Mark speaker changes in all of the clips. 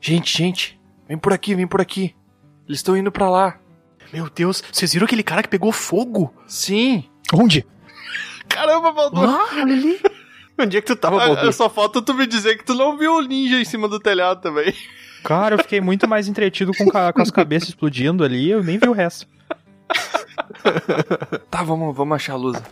Speaker 1: Gente, gente, vem por aqui, vem por aqui. Eles estão indo pra lá.
Speaker 2: Meu Deus, vocês viram aquele cara que pegou fogo?
Speaker 1: Sim.
Speaker 3: Onde?
Speaker 4: Caramba, Baldur.
Speaker 2: Ah, olha ali. Onde é que tu tava,
Speaker 4: Ah,
Speaker 2: Baldur?
Speaker 4: Só falta tu me dizer que tu não viu o ninja em cima do telhado também.
Speaker 3: Cara, eu fiquei muito mais entretido com, ca- com as cabeças explodindo ali, eu nem vi o resto.
Speaker 1: Tá, vamos, vamos achar a Lusa.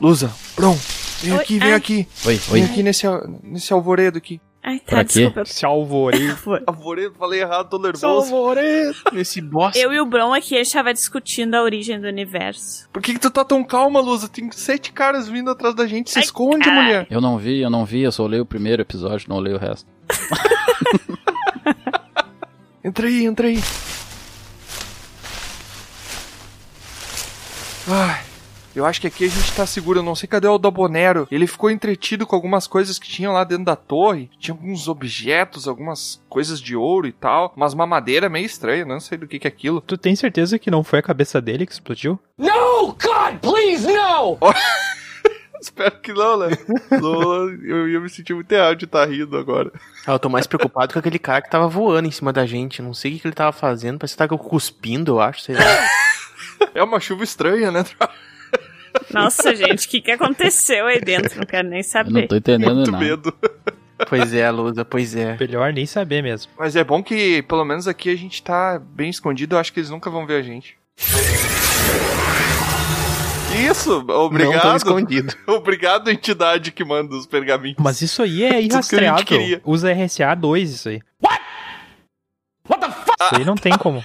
Speaker 1: Lusa, Bron, vem
Speaker 5: Oi,
Speaker 1: aqui, vem
Speaker 5: ai.
Speaker 1: aqui.
Speaker 6: Oi,
Speaker 1: Vem
Speaker 6: oi.
Speaker 1: aqui nesse, al- nesse alvoredo aqui.
Speaker 5: Ai, tá,
Speaker 6: Pra quê?
Speaker 5: desculpa.
Speaker 3: Se alvorei.
Speaker 5: Foi.
Speaker 4: Alvoredo, falei errado, tô nervoso.
Speaker 3: alvorei.
Speaker 2: Nesse bosta.
Speaker 5: Eu e o Bron aqui, a gente tava discutindo a origem do universo.
Speaker 4: Por que, que tu tá tão calma, Lusa? Tem sete caras vindo atrás da gente. Se
Speaker 5: Ai,
Speaker 4: esconde,
Speaker 5: caralho.
Speaker 4: mulher.
Speaker 6: Eu não vi, eu não vi, eu só olhei o primeiro episódio, não olhei o resto.
Speaker 1: Entra aí, entra aí. Ai, eu acho que aqui a gente tá seguro. Eu não sei cadê o Dabonero. Ele ficou entretido com algumas coisas que tinham lá dentro da torre. Tinha alguns objetos, algumas coisas de ouro e tal. Mas uma madeira meio estranha, não sei do que que é aquilo.
Speaker 3: Tu tem certeza que não foi a cabeça dele que explodiu?
Speaker 7: Oh,
Speaker 4: Espero que não, né? Lula, eu ia me sentir muito errado de estar rindo agora.
Speaker 2: Ah, eu tô mais preocupado com aquele cara que tava voando em cima da gente. Não sei o que, que ele tava fazendo. Parece que tava cuspindo, eu acho. Sei lá.
Speaker 4: É uma chuva estranha, né?
Speaker 5: Nossa, gente, o que, que aconteceu aí dentro? Não quero nem
Speaker 6: Eu não
Speaker 5: saber.
Speaker 6: tô entendendo
Speaker 4: Muito
Speaker 6: nada.
Speaker 4: medo.
Speaker 2: pois é, Lusa, pois é.
Speaker 3: Melhor nem saber mesmo.
Speaker 1: Mas é bom que, pelo menos aqui, a gente tá bem escondido. Eu acho que eles nunca vão ver a gente.
Speaker 4: Isso,
Speaker 2: Não tão
Speaker 4: obrigado.
Speaker 2: escondido.
Speaker 4: Obrigado, entidade que manda os pergaminhos.
Speaker 3: Mas isso aí é
Speaker 4: Tudo que a gente
Speaker 3: irrastreável.
Speaker 4: queria.
Speaker 3: Usa RSA 2 isso aí. What? What the fuck? Isso aí não tem como.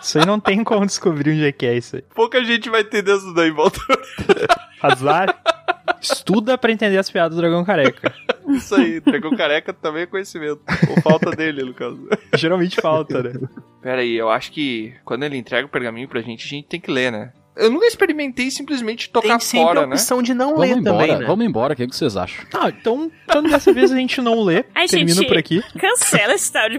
Speaker 3: Isso aí não tem como descobrir onde é que é isso aí.
Speaker 4: Pouca gente vai entender isso daí, Walter.
Speaker 3: Azar. Estuda pra entender as piadas do dragão careca.
Speaker 4: Isso aí, entregou careca também é conhecimento. Ou falta dele, no caso.
Speaker 3: Geralmente falta, né?
Speaker 1: Pera aí, eu acho que quando ele entrega o pergaminho pra gente, a gente tem que ler, né? Eu nunca experimentei simplesmente tocar
Speaker 2: Tem sempre
Speaker 1: fora,
Speaker 2: a
Speaker 1: né?
Speaker 2: opção de não
Speaker 6: Vamos
Speaker 2: ler
Speaker 6: embora,
Speaker 2: também, né?
Speaker 6: vamos embora, o que, que vocês acham?
Speaker 3: Ah, então, então dessa vez a gente não lê.
Speaker 5: Ai,
Speaker 3: Termina
Speaker 5: gente.
Speaker 3: por aqui.
Speaker 5: Cancela esse tal de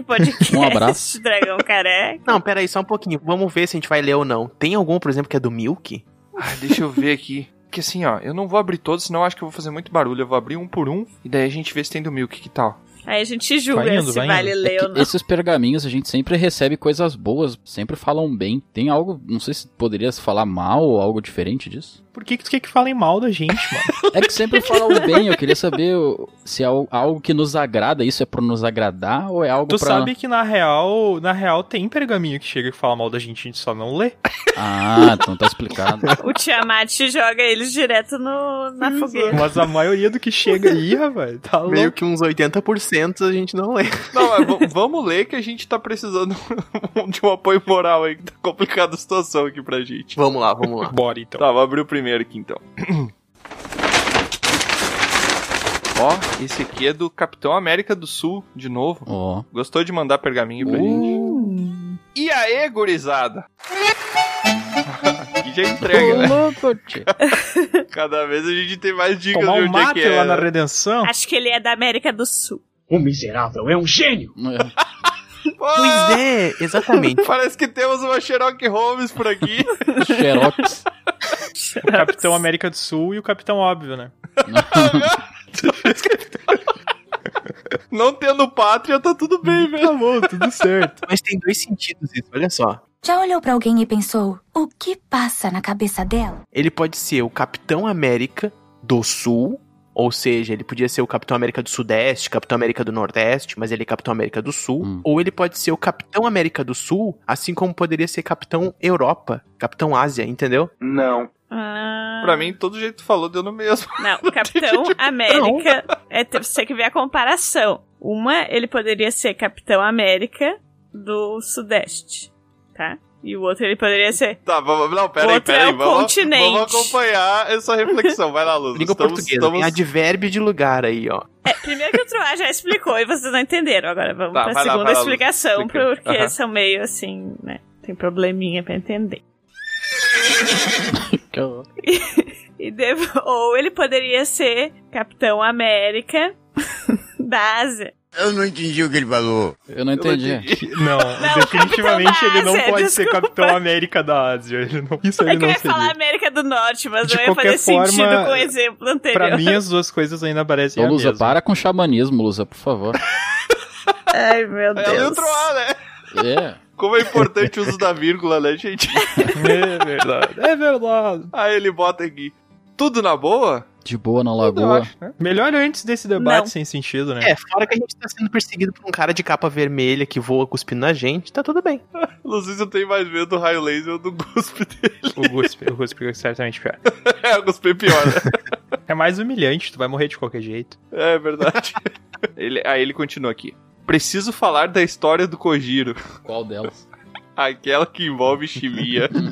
Speaker 5: podcast.
Speaker 6: Um abraço.
Speaker 5: Dragão careca.
Speaker 2: Não, pera aí, só um pouquinho. Vamos ver se a gente vai ler ou não. Tem algum, por exemplo, que é do Milk?
Speaker 1: Ah, deixa eu ver aqui. Que assim, ó, eu não vou abrir todos, senão eu acho que eu vou fazer muito barulho. Eu vou abrir um por um e daí a gente vê se tem do Milk, que tal?
Speaker 5: Aí a gente julga
Speaker 3: Vai indo,
Speaker 5: se
Speaker 3: vai
Speaker 5: vale
Speaker 3: indo.
Speaker 5: ler ou
Speaker 6: É que
Speaker 5: não.
Speaker 6: esses pergaminhos a gente sempre recebe coisas boas, sempre falam bem. Tem algo, não sei se poderia se falar mal ou algo diferente disso.
Speaker 3: Por que, que tu quer que falem mal da gente, mano?
Speaker 6: É que sempre falam bem, eu queria saber o- se é al- algo que nos agrada, isso é pra nos agradar ou é algo
Speaker 3: tu
Speaker 6: pra...
Speaker 3: sabe que na real, na real tem pergaminho que chega e fala mal da gente, a gente só não lê.
Speaker 6: Ah, então tá explicado.
Speaker 5: O Tiamat joga eles direto no, na
Speaker 6: Hum,
Speaker 5: fogueira.
Speaker 3: Mas a maioria do que chega aí, rapaz, tá louco.
Speaker 2: Meio que uns 80% a gente não lê.
Speaker 4: Não, mas v- vamos ler que a gente tá precisando de um apoio moral aí, que tá complicada a situação aqui pra gente.
Speaker 2: Vamos lá, vamos lá.
Speaker 3: Bora então.
Speaker 4: Tá, vou abrir o primeiro aqui então.
Speaker 1: Ó, esse aqui é do Capitão América do Sul, de novo.
Speaker 6: Ó,
Speaker 1: Gostou de mandar pergaminho pra gente?
Speaker 3: Uh.
Speaker 1: E aê, gurizada?
Speaker 4: E já entrega, né? Cada vez a gente tem mais dicas de
Speaker 3: Tomar um
Speaker 4: onde é que
Speaker 3: mate
Speaker 4: é.
Speaker 3: lá na redenção.
Speaker 5: Acho que ele é da América do Sul.
Speaker 7: O miserável é um gênio!
Speaker 6: É.
Speaker 4: Ah,
Speaker 2: Pois é, exatamente.
Speaker 4: Parece que temos uma Sherlock Holmes por aqui.
Speaker 6: Xerox.
Speaker 3: O Capitão América do Sul e o Capitão Óbvio, né?
Speaker 4: Não tendo pátria, tá tudo bem, velho.
Speaker 3: Tá bom, tudo certo.
Speaker 2: Mas tem dois sentidos isso, olha só.
Speaker 8: Já olhou pra alguém e pensou: o que passa na cabeça dela?
Speaker 2: Ele pode ser o Capitão América do Sul, ou seja, ele podia ser o Capitão América do Sudeste, Capitão América do Nordeste, mas ele é Capitão América do Sul.
Speaker 6: Hum.
Speaker 2: Ou ele pode ser o Capitão América do Sul, assim como poderia ser Capitão Europa, Capitão Ásia, entendeu?
Speaker 1: Não.
Speaker 5: Ah,
Speaker 4: Pra mim, todo jeito que falou deu no mesmo.
Speaker 5: Não, o Capitão América. É, te- você tem que ver a comparação. Uma, ele poderia ser Capitão América do Sudeste, tá? E o outro, ele poderia ser.
Speaker 4: Tá, vamos. Não, peraí,
Speaker 5: Outro é
Speaker 4: peraí.
Speaker 5: o
Speaker 4: vamos,
Speaker 5: continente.
Speaker 4: vamos acompanhar essa reflexão. Vai lá, Luz.
Speaker 2: Língua portuguesa, tem advérbio de lugar aí, ó.
Speaker 5: É, primeiro que o Troá já explicou e vocês não entenderam. Agora vamos
Speaker 4: Tá,
Speaker 5: pra
Speaker 4: vai lá,
Speaker 5: segunda
Speaker 4: vai lá, Lu.
Speaker 5: explicação,
Speaker 4: Explica.
Speaker 5: porque
Speaker 4: Aham.
Speaker 5: são meio assim, né? Tem probleminha pra entender.
Speaker 6: Que horror.
Speaker 5: E devo- Ou ele poderia ser Capitão América da Ásia.
Speaker 9: Eu não entendi o que ele falou.
Speaker 6: Eu não entendi.
Speaker 3: Não,
Speaker 5: Não,
Speaker 3: definitivamente
Speaker 5: Capitão da
Speaker 3: ele não
Speaker 5: Ásia,
Speaker 3: pode ser
Speaker 5: desculpa.
Speaker 3: Capitão América da Ásia. Ele não, isso
Speaker 5: É
Speaker 3: ele
Speaker 5: que eu
Speaker 3: não
Speaker 5: ia falar
Speaker 3: seria.
Speaker 5: América do Norte, mas
Speaker 3: De
Speaker 5: não ia fazer
Speaker 3: qualquer forma,
Speaker 5: sentido com o exemplo anterior.
Speaker 3: Pra mim, as duas coisas ainda parecem
Speaker 6: Ô,
Speaker 3: a
Speaker 6: Lusa,
Speaker 3: mesma.
Speaker 6: para com xamanismo, Lusa, por favor.
Speaker 5: Ai, meu
Speaker 4: É
Speaker 5: Deus.
Speaker 4: letra A, né?
Speaker 6: É.
Speaker 4: Como é importante o uso da vírgula, né, gente?
Speaker 3: É verdade. É verdade.
Speaker 4: Aí ele bota aqui. Tudo na boa?
Speaker 6: De boa na
Speaker 4: Tudo, eu
Speaker 6: lagoa.
Speaker 4: acho, né?
Speaker 3: Melhor antes desse debate
Speaker 5: Não.
Speaker 3: sem sentido, né?
Speaker 2: É, fora que a gente tá sendo perseguido por um cara de capa vermelha que voa cuspindo na gente, tá tudo bem.
Speaker 4: Luzício tem mais medo do raio laser ou do guspe dele.
Speaker 3: O Guspe, o Guspe é certamente pior.
Speaker 4: É, o guspe é pior, né?
Speaker 3: É mais humilhante, tu vai morrer de qualquer jeito.
Speaker 4: É verdade. Ele- aí ele continua aqui. Preciso falar da história do Kojiro.
Speaker 6: Qual delas?
Speaker 4: Aquela que envolve chimia. Não,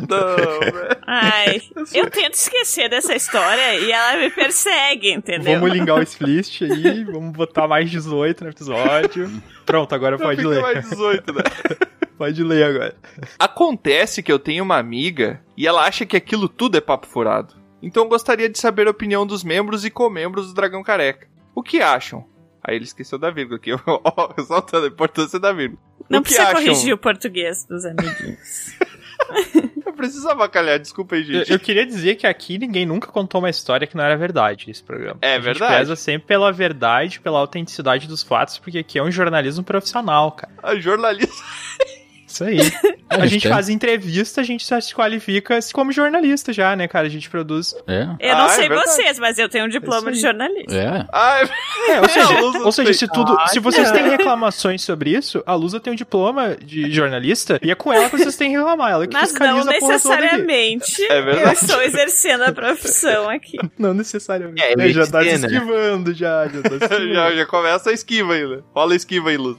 Speaker 4: velho.
Speaker 5: Ai, eu tento esquecer dessa história e ela me persegue, entendeu?
Speaker 3: Vamos ligar o split aí, vamos botar mais 18 no episódio. Pronto, agora pode
Speaker 4: Fica
Speaker 3: ler.
Speaker 4: mais 18, né?
Speaker 3: Pode ler agora.
Speaker 4: Acontece que eu tenho uma amiga e ela acha que aquilo tudo é papo furado. Então eu gostaria de saber a opinião dos membros e comembros do Dragão Careca. O que acham? Aí ele esqueceu da vírgula aqui. Ó, Ressaltando a importância da vírgula.
Speaker 5: Não
Speaker 4: o que
Speaker 5: precisa
Speaker 4: acham?
Speaker 5: corrigir o português dos amiguinhos.
Speaker 4: Eu preciso avacalhar, desculpa aí,
Speaker 3: Eu,
Speaker 4: gente.
Speaker 3: eu queria dizer que aqui ninguém nunca contou uma história que não era verdade esse programa.
Speaker 4: É
Speaker 3: a
Speaker 4: verdade.
Speaker 3: gente pesa sempre pela verdade, pela autenticidade dos fatos, porque aqui é um jornalismo profissional, cara.
Speaker 4: A jornalista.
Speaker 3: Isso aí.
Speaker 6: É,
Speaker 3: A gente
Speaker 6: tem-
Speaker 3: faz entrevista, a gente só se qualifica como jornalista já, né, cara? A gente produz.
Speaker 6: É.
Speaker 5: Eu não
Speaker 4: Ah, é
Speaker 5: sei
Speaker 4: verdade.
Speaker 5: vocês, mas eu tenho um
Speaker 3: Isso
Speaker 5: diploma
Speaker 3: aí.
Speaker 5: de jornalista.
Speaker 6: É.
Speaker 4: Ai,
Speaker 3: É, ou seja,
Speaker 4: a Lusa Ah.
Speaker 3: ou seja
Speaker 4: tem-
Speaker 3: se tudo. Se vocês têm reclamações sobre isso, a Lusa tem um diploma de jornalista e é com ela que vocês têm que reclamar. Ela que
Speaker 5: Mas não
Speaker 3: fiscaliza a porra toda aqui.
Speaker 5: necessariamente
Speaker 4: É
Speaker 5: eu
Speaker 4: verdade.
Speaker 5: estou exercendo a profissão aqui.
Speaker 3: Não necessariamente.
Speaker 2: É, eu
Speaker 3: Né,
Speaker 2: ia
Speaker 3: já tá
Speaker 2: dizer,
Speaker 3: se
Speaker 2: né?
Speaker 3: esquivando, já, já tá se esquivando.
Speaker 4: já, já começa a esquiva aí, né? Fala a esquiva aí, Luz.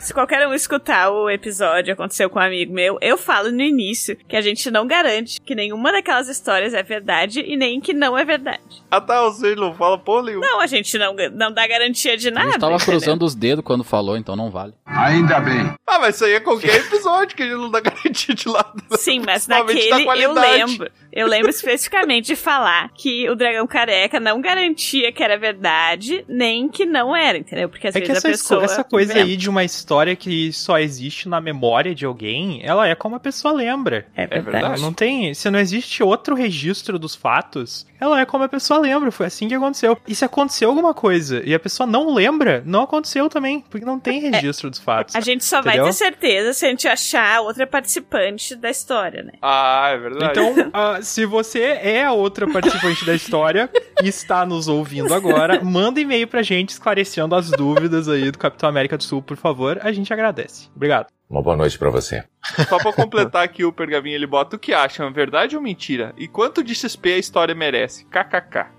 Speaker 5: Se qualquer um escutar o episódio Aconteceu com um Amigo Meu, eu falo no início que a gente não garante que nenhuma daquelas histórias é verdade e nem que não é verdade.
Speaker 4: Ah tá, ou seja, não fala porra nenhuma.
Speaker 5: Não, a gente não, não dá garantia de
Speaker 6: A
Speaker 5: nada.
Speaker 6: gente tava
Speaker 5: entendeu?
Speaker 6: cruzando os dedos quando falou, então não vale.
Speaker 9: Ainda bem.
Speaker 4: Ah, mas isso aí é qualquer episódio que a gente não dá garantia de lado.
Speaker 5: Sim,
Speaker 4: Principalmente
Speaker 5: mas
Speaker 4: da
Speaker 5: naquele eu
Speaker 4: qualidade.
Speaker 5: lembro. Eu lembro especificamente de falar que o dragão careca não garantia que era verdade, nem que não era, entendeu? Porque às
Speaker 3: É que
Speaker 5: vezes
Speaker 3: essa,
Speaker 5: a
Speaker 3: esco-
Speaker 5: pessoa.
Speaker 3: essa coisa
Speaker 5: lembra.
Speaker 3: aí de uma história que só existe na memória de alguém, ela é como a pessoa lembra.
Speaker 5: É
Speaker 4: verdade.
Speaker 5: verdade.
Speaker 3: Não tem, se não existe outro registro dos fatos, ela é como a pessoa lembra. Foi assim que aconteceu. E se aconteceu alguma coisa e a pessoa não lembra, não aconteceu também, porque não tem registro dos fatos.
Speaker 5: É, A gente só vai
Speaker 3: Entendeu?
Speaker 5: ter certeza se a gente achar outra participante da história, né?
Speaker 4: Ah, é verdade.
Speaker 3: Então, ah, se você é a outra participante da história e está nos ouvindo agora, manda e-mail pra gente esclarecendo as dúvidas aí do Capitão América do Sul, por favor. A gente agradece. Obrigado.
Speaker 9: Uma boa noite pra você.
Speaker 4: Só pra completar aqui o pergaminho, ele bota o que acham, verdade ou mentira? E quanto de XP a história merece? KKK.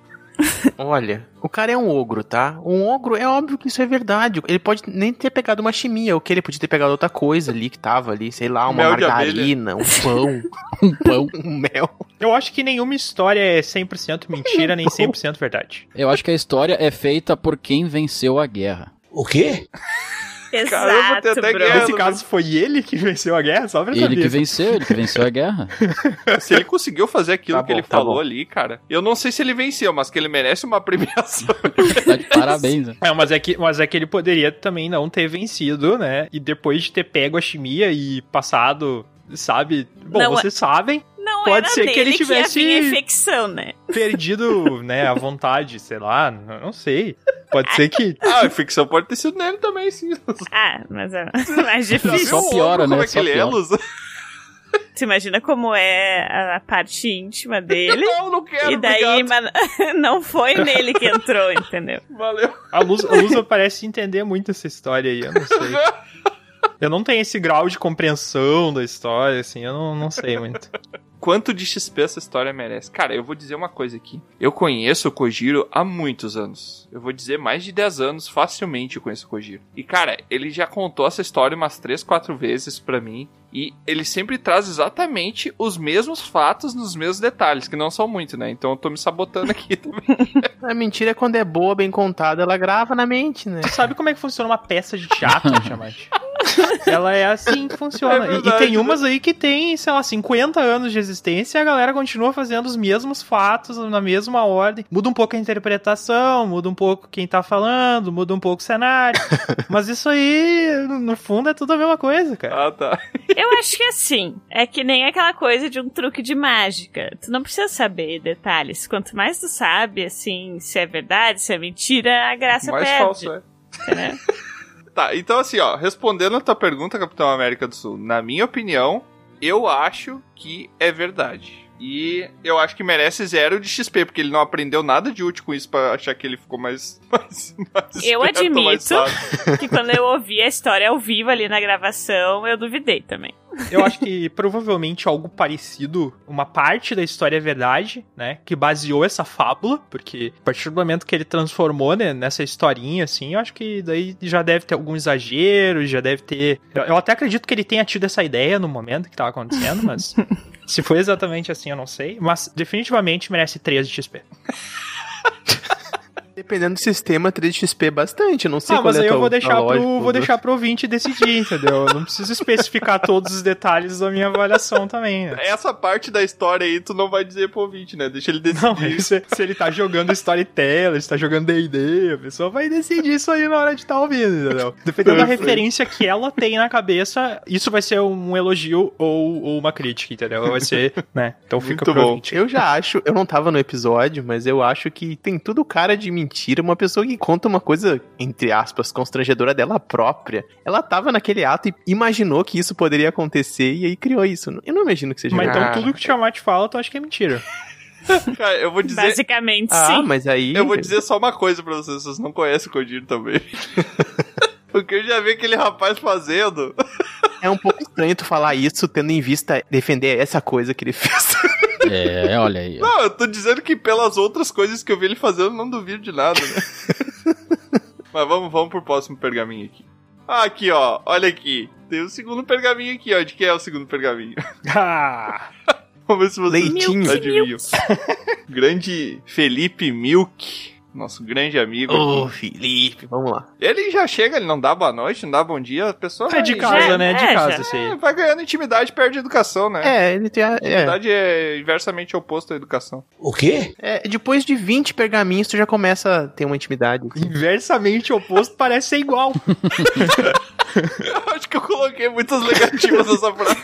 Speaker 2: Olha, o cara é um ogro, tá? Um ogro, é óbvio que isso é verdade. Ele pode nem ter pegado uma chimia, o que ele podia ter pegado outra coisa ali que tava ali, sei lá, uma
Speaker 4: Mel de
Speaker 2: margarina, um pão,
Speaker 6: Um pão.
Speaker 2: um mel.
Speaker 3: Eu acho que nenhuma história é 100% mentira, nem 100% verdade.
Speaker 6: Eu acho que a história é feita por quem venceu a guerra.
Speaker 9: O quê?
Speaker 4: Caramba, tem
Speaker 5: Exato,
Speaker 4: até
Speaker 5: bro.
Speaker 4: guerra.
Speaker 3: Nesse caso, foi ele que venceu a guerra, só pra
Speaker 6: Ele que
Speaker 3: saber.
Speaker 6: venceu, ele que venceu a guerra.
Speaker 4: Se ele conseguiu fazer aquilo
Speaker 2: Tá
Speaker 4: que ele
Speaker 2: bom, tá
Speaker 4: falou
Speaker 2: bom.
Speaker 4: ali, cara, eu não sei se ele venceu, mas que ele merece uma premiação.
Speaker 6: Tá de parabéns, né?
Speaker 3: É, mas é, que, mas é que ele poderia também não ter vencido, né? E depois de ter pego a chimia e passado, sabe? Bom,
Speaker 6: é-
Speaker 5: Não,
Speaker 3: vocês sabem,
Speaker 5: Não
Speaker 3: Pode
Speaker 5: era
Speaker 3: ser que
Speaker 5: dele
Speaker 3: ele tivesse-
Speaker 5: que ia vir a infecção, né?
Speaker 3: perdido, né, à vontade, sei lá, n- não sei. Pode ser que.
Speaker 4: ah, a ficção pode ter sido nele também, sim.
Speaker 5: Ah, mas é mais
Speaker 4: Já
Speaker 5: difícil.
Speaker 4: viu o ogro
Speaker 6: piora, né?
Speaker 4: Como é que
Speaker 6: Só
Speaker 4: ele é,
Speaker 6: piora.
Speaker 4: Luz?
Speaker 5: Tu imagina como é a- a parte íntima dele.
Speaker 4: Não, não quero,
Speaker 5: e daí
Speaker 4: obrigado.
Speaker 5: mano, não foi nele que entrou, entendeu?
Speaker 4: Valeu.
Speaker 3: A Luz, a Lusa parece entender muito essa história aí, eu não sei. Eu não tenho esse grau de compreensão da história, assim, eu não, não sei muito.
Speaker 4: Quanto de XP essa história merece? Cara, eu vou dizer uma coisa aqui. Eu conheço o Kojiro há muitos anos. Eu vou dizer mais de 10 anos, facilmente eu conheço o Kojiro. E cara, ele já contou essa história umas 3, 4 vezes pra mim. E ele sempre traz exatamente os mesmos fatos nos mesmos detalhes, que não são muito, né? Então eu tô me sabotando aqui também.
Speaker 2: A mentira é quando é boa, bem contada, ela grava na mente, né?
Speaker 3: Tu sabe como é que funciona uma peça de teatro, Chamate? Ela é assim que funciona.
Speaker 4: É
Speaker 3: E- e
Speaker 4: verdade,
Speaker 3: tem
Speaker 4: né?
Speaker 3: umas aí que tem, sei lá, 50 anos de existência e a galera continua fazendo os mesmos fatos na mesma ordem. Muda um pouco a interpretação, muda um pouco quem tá falando, muda um pouco o cenário. Mas isso aí, no- no fundo, é tudo a mesma coisa, cara.
Speaker 4: Ah, tá.
Speaker 5: Eu acho que assim, é que nem aquela coisa de um truque de mágica. Tu não precisa saber detalhes. Quanto mais tu sabe, assim, se é verdade, se é mentira, a graça
Speaker 4: Mais
Speaker 5: perde.
Speaker 4: falso, é.
Speaker 5: né?
Speaker 4: Tá, então assim, ó, respondendo a tua pergunta, Capitão América do Sul, na minha opinião, eu acho que é verdade. E eu acho que merece zero de XP, porque ele não aprendeu nada de útil com isso pra achar que ele ficou mais. mais, mais
Speaker 5: Eu
Speaker 4: esperto, mais
Speaker 5: admito.
Speaker 4: sábio.
Speaker 5: que quando eu ouvi a história ao vivo ali na gravação, eu duvidei também.
Speaker 3: Eu acho que provavelmente algo parecido, uma parte da história é verdade, né? Que baseou essa fábula, porque a partir do momento que ele transformou né, nessa historinha, assim, eu acho que daí já deve ter algum exagero, já deve ter. Eu, eu até acredito que ele tenha tido essa ideia no momento que tava acontecendo, mas. Se foi exatamente assim, eu não sei. Mas definitivamente merece 3 de XP.
Speaker 2: Dependendo do sistema, 3xp é bastante. Eu não sei
Speaker 3: ah,
Speaker 2: qual
Speaker 3: mas
Speaker 2: é
Speaker 3: aí
Speaker 2: a
Speaker 3: eu
Speaker 2: tua- tua
Speaker 3: vou deixar,
Speaker 2: lógica,
Speaker 3: pro, vou
Speaker 2: Dudu.
Speaker 3: deixar pro ouvinte decidir, entendeu? Eu não preciso especificar todos os detalhes da minha avaliação também, né?
Speaker 4: Essa parte da história aí tu não vai dizer pro ouvinte, né? Deixa ele decidir.
Speaker 3: Não, mas se, se ele tá jogando storyteller, se tá jogando D&D, a pessoa vai decidir isso aí na hora de estar ouvindo, entendeu? Dependendo da
Speaker 4: Perfeito.
Speaker 3: referência que ela tem na cabeça, isso vai ser um elogio ou, ou uma crítica, entendeu? Vai ser, né? Então fica
Speaker 4: Muito
Speaker 3: pro
Speaker 4: bom.
Speaker 3: ouvinte.
Speaker 2: Eu já acho, eu não tava no episódio, mas eu acho que tem tudo cara de mentira. Uma pessoa que conta uma coisa, entre aspas, constrangedora dela própria. Ela tava naquele ato e imaginou que isso poderia acontecer e aí criou isso. Eu não imagino
Speaker 5: Ah.
Speaker 2: que seja
Speaker 3: Mas
Speaker 2: verdade.
Speaker 3: então
Speaker 4: Cara.
Speaker 3: tudo que o Tiamat fala, tu acha que é mentira.
Speaker 4: Cara, eu vou dizer.
Speaker 5: Basicamente,
Speaker 2: Ah,
Speaker 5: sim.
Speaker 2: mas aí.
Speaker 4: Eu vou dizer só uma coisa pra vocês, vocês não conhecem o Codiro também. o que eu já vi aquele rapaz fazendo.
Speaker 2: É um pouco estranho tu falar isso tendo em vista defender essa coisa que ele fez.
Speaker 6: É, olha aí. ó.
Speaker 4: Não, Ah, eu tô dizendo que pelas outras coisas que eu vi ele fazendo, eu não duvido de nada, né? Mas vamos, vamos pro próximo pergaminho aqui. Ah, aqui, ó. Olha aqui. Tem o segundo pergaminho aqui, ó. De quem é o segundo pergaminho?
Speaker 3: Ah,
Speaker 4: vamos ver se vocês
Speaker 2: Leitinho.
Speaker 5: Milk,
Speaker 4: adivinham. grande Felipe Milk. Nosso grande amigo.
Speaker 2: Ô, Felipe, vamos lá.
Speaker 4: Ele já chega, ele não dá boa noite, não dá bom dia. A pessoa
Speaker 3: é
Speaker 4: vai,
Speaker 3: de casa,
Speaker 5: Já-
Speaker 3: né? De
Speaker 5: é,
Speaker 3: casa,
Speaker 5: já.
Speaker 3: isso
Speaker 4: É,
Speaker 3: aí.
Speaker 4: vai ganhando intimidade, perde educação, né?
Speaker 2: É, ele tem. a- É,
Speaker 4: Intimidade é inversamente oposto à educação.
Speaker 7: O quê?
Speaker 2: é, depois de 20 pergaminhos, tu já começa a ter uma intimidade.
Speaker 3: Inversamente oposto parece ser igual.
Speaker 4: Eu acho que eu coloquei muitas negativas nessa frase.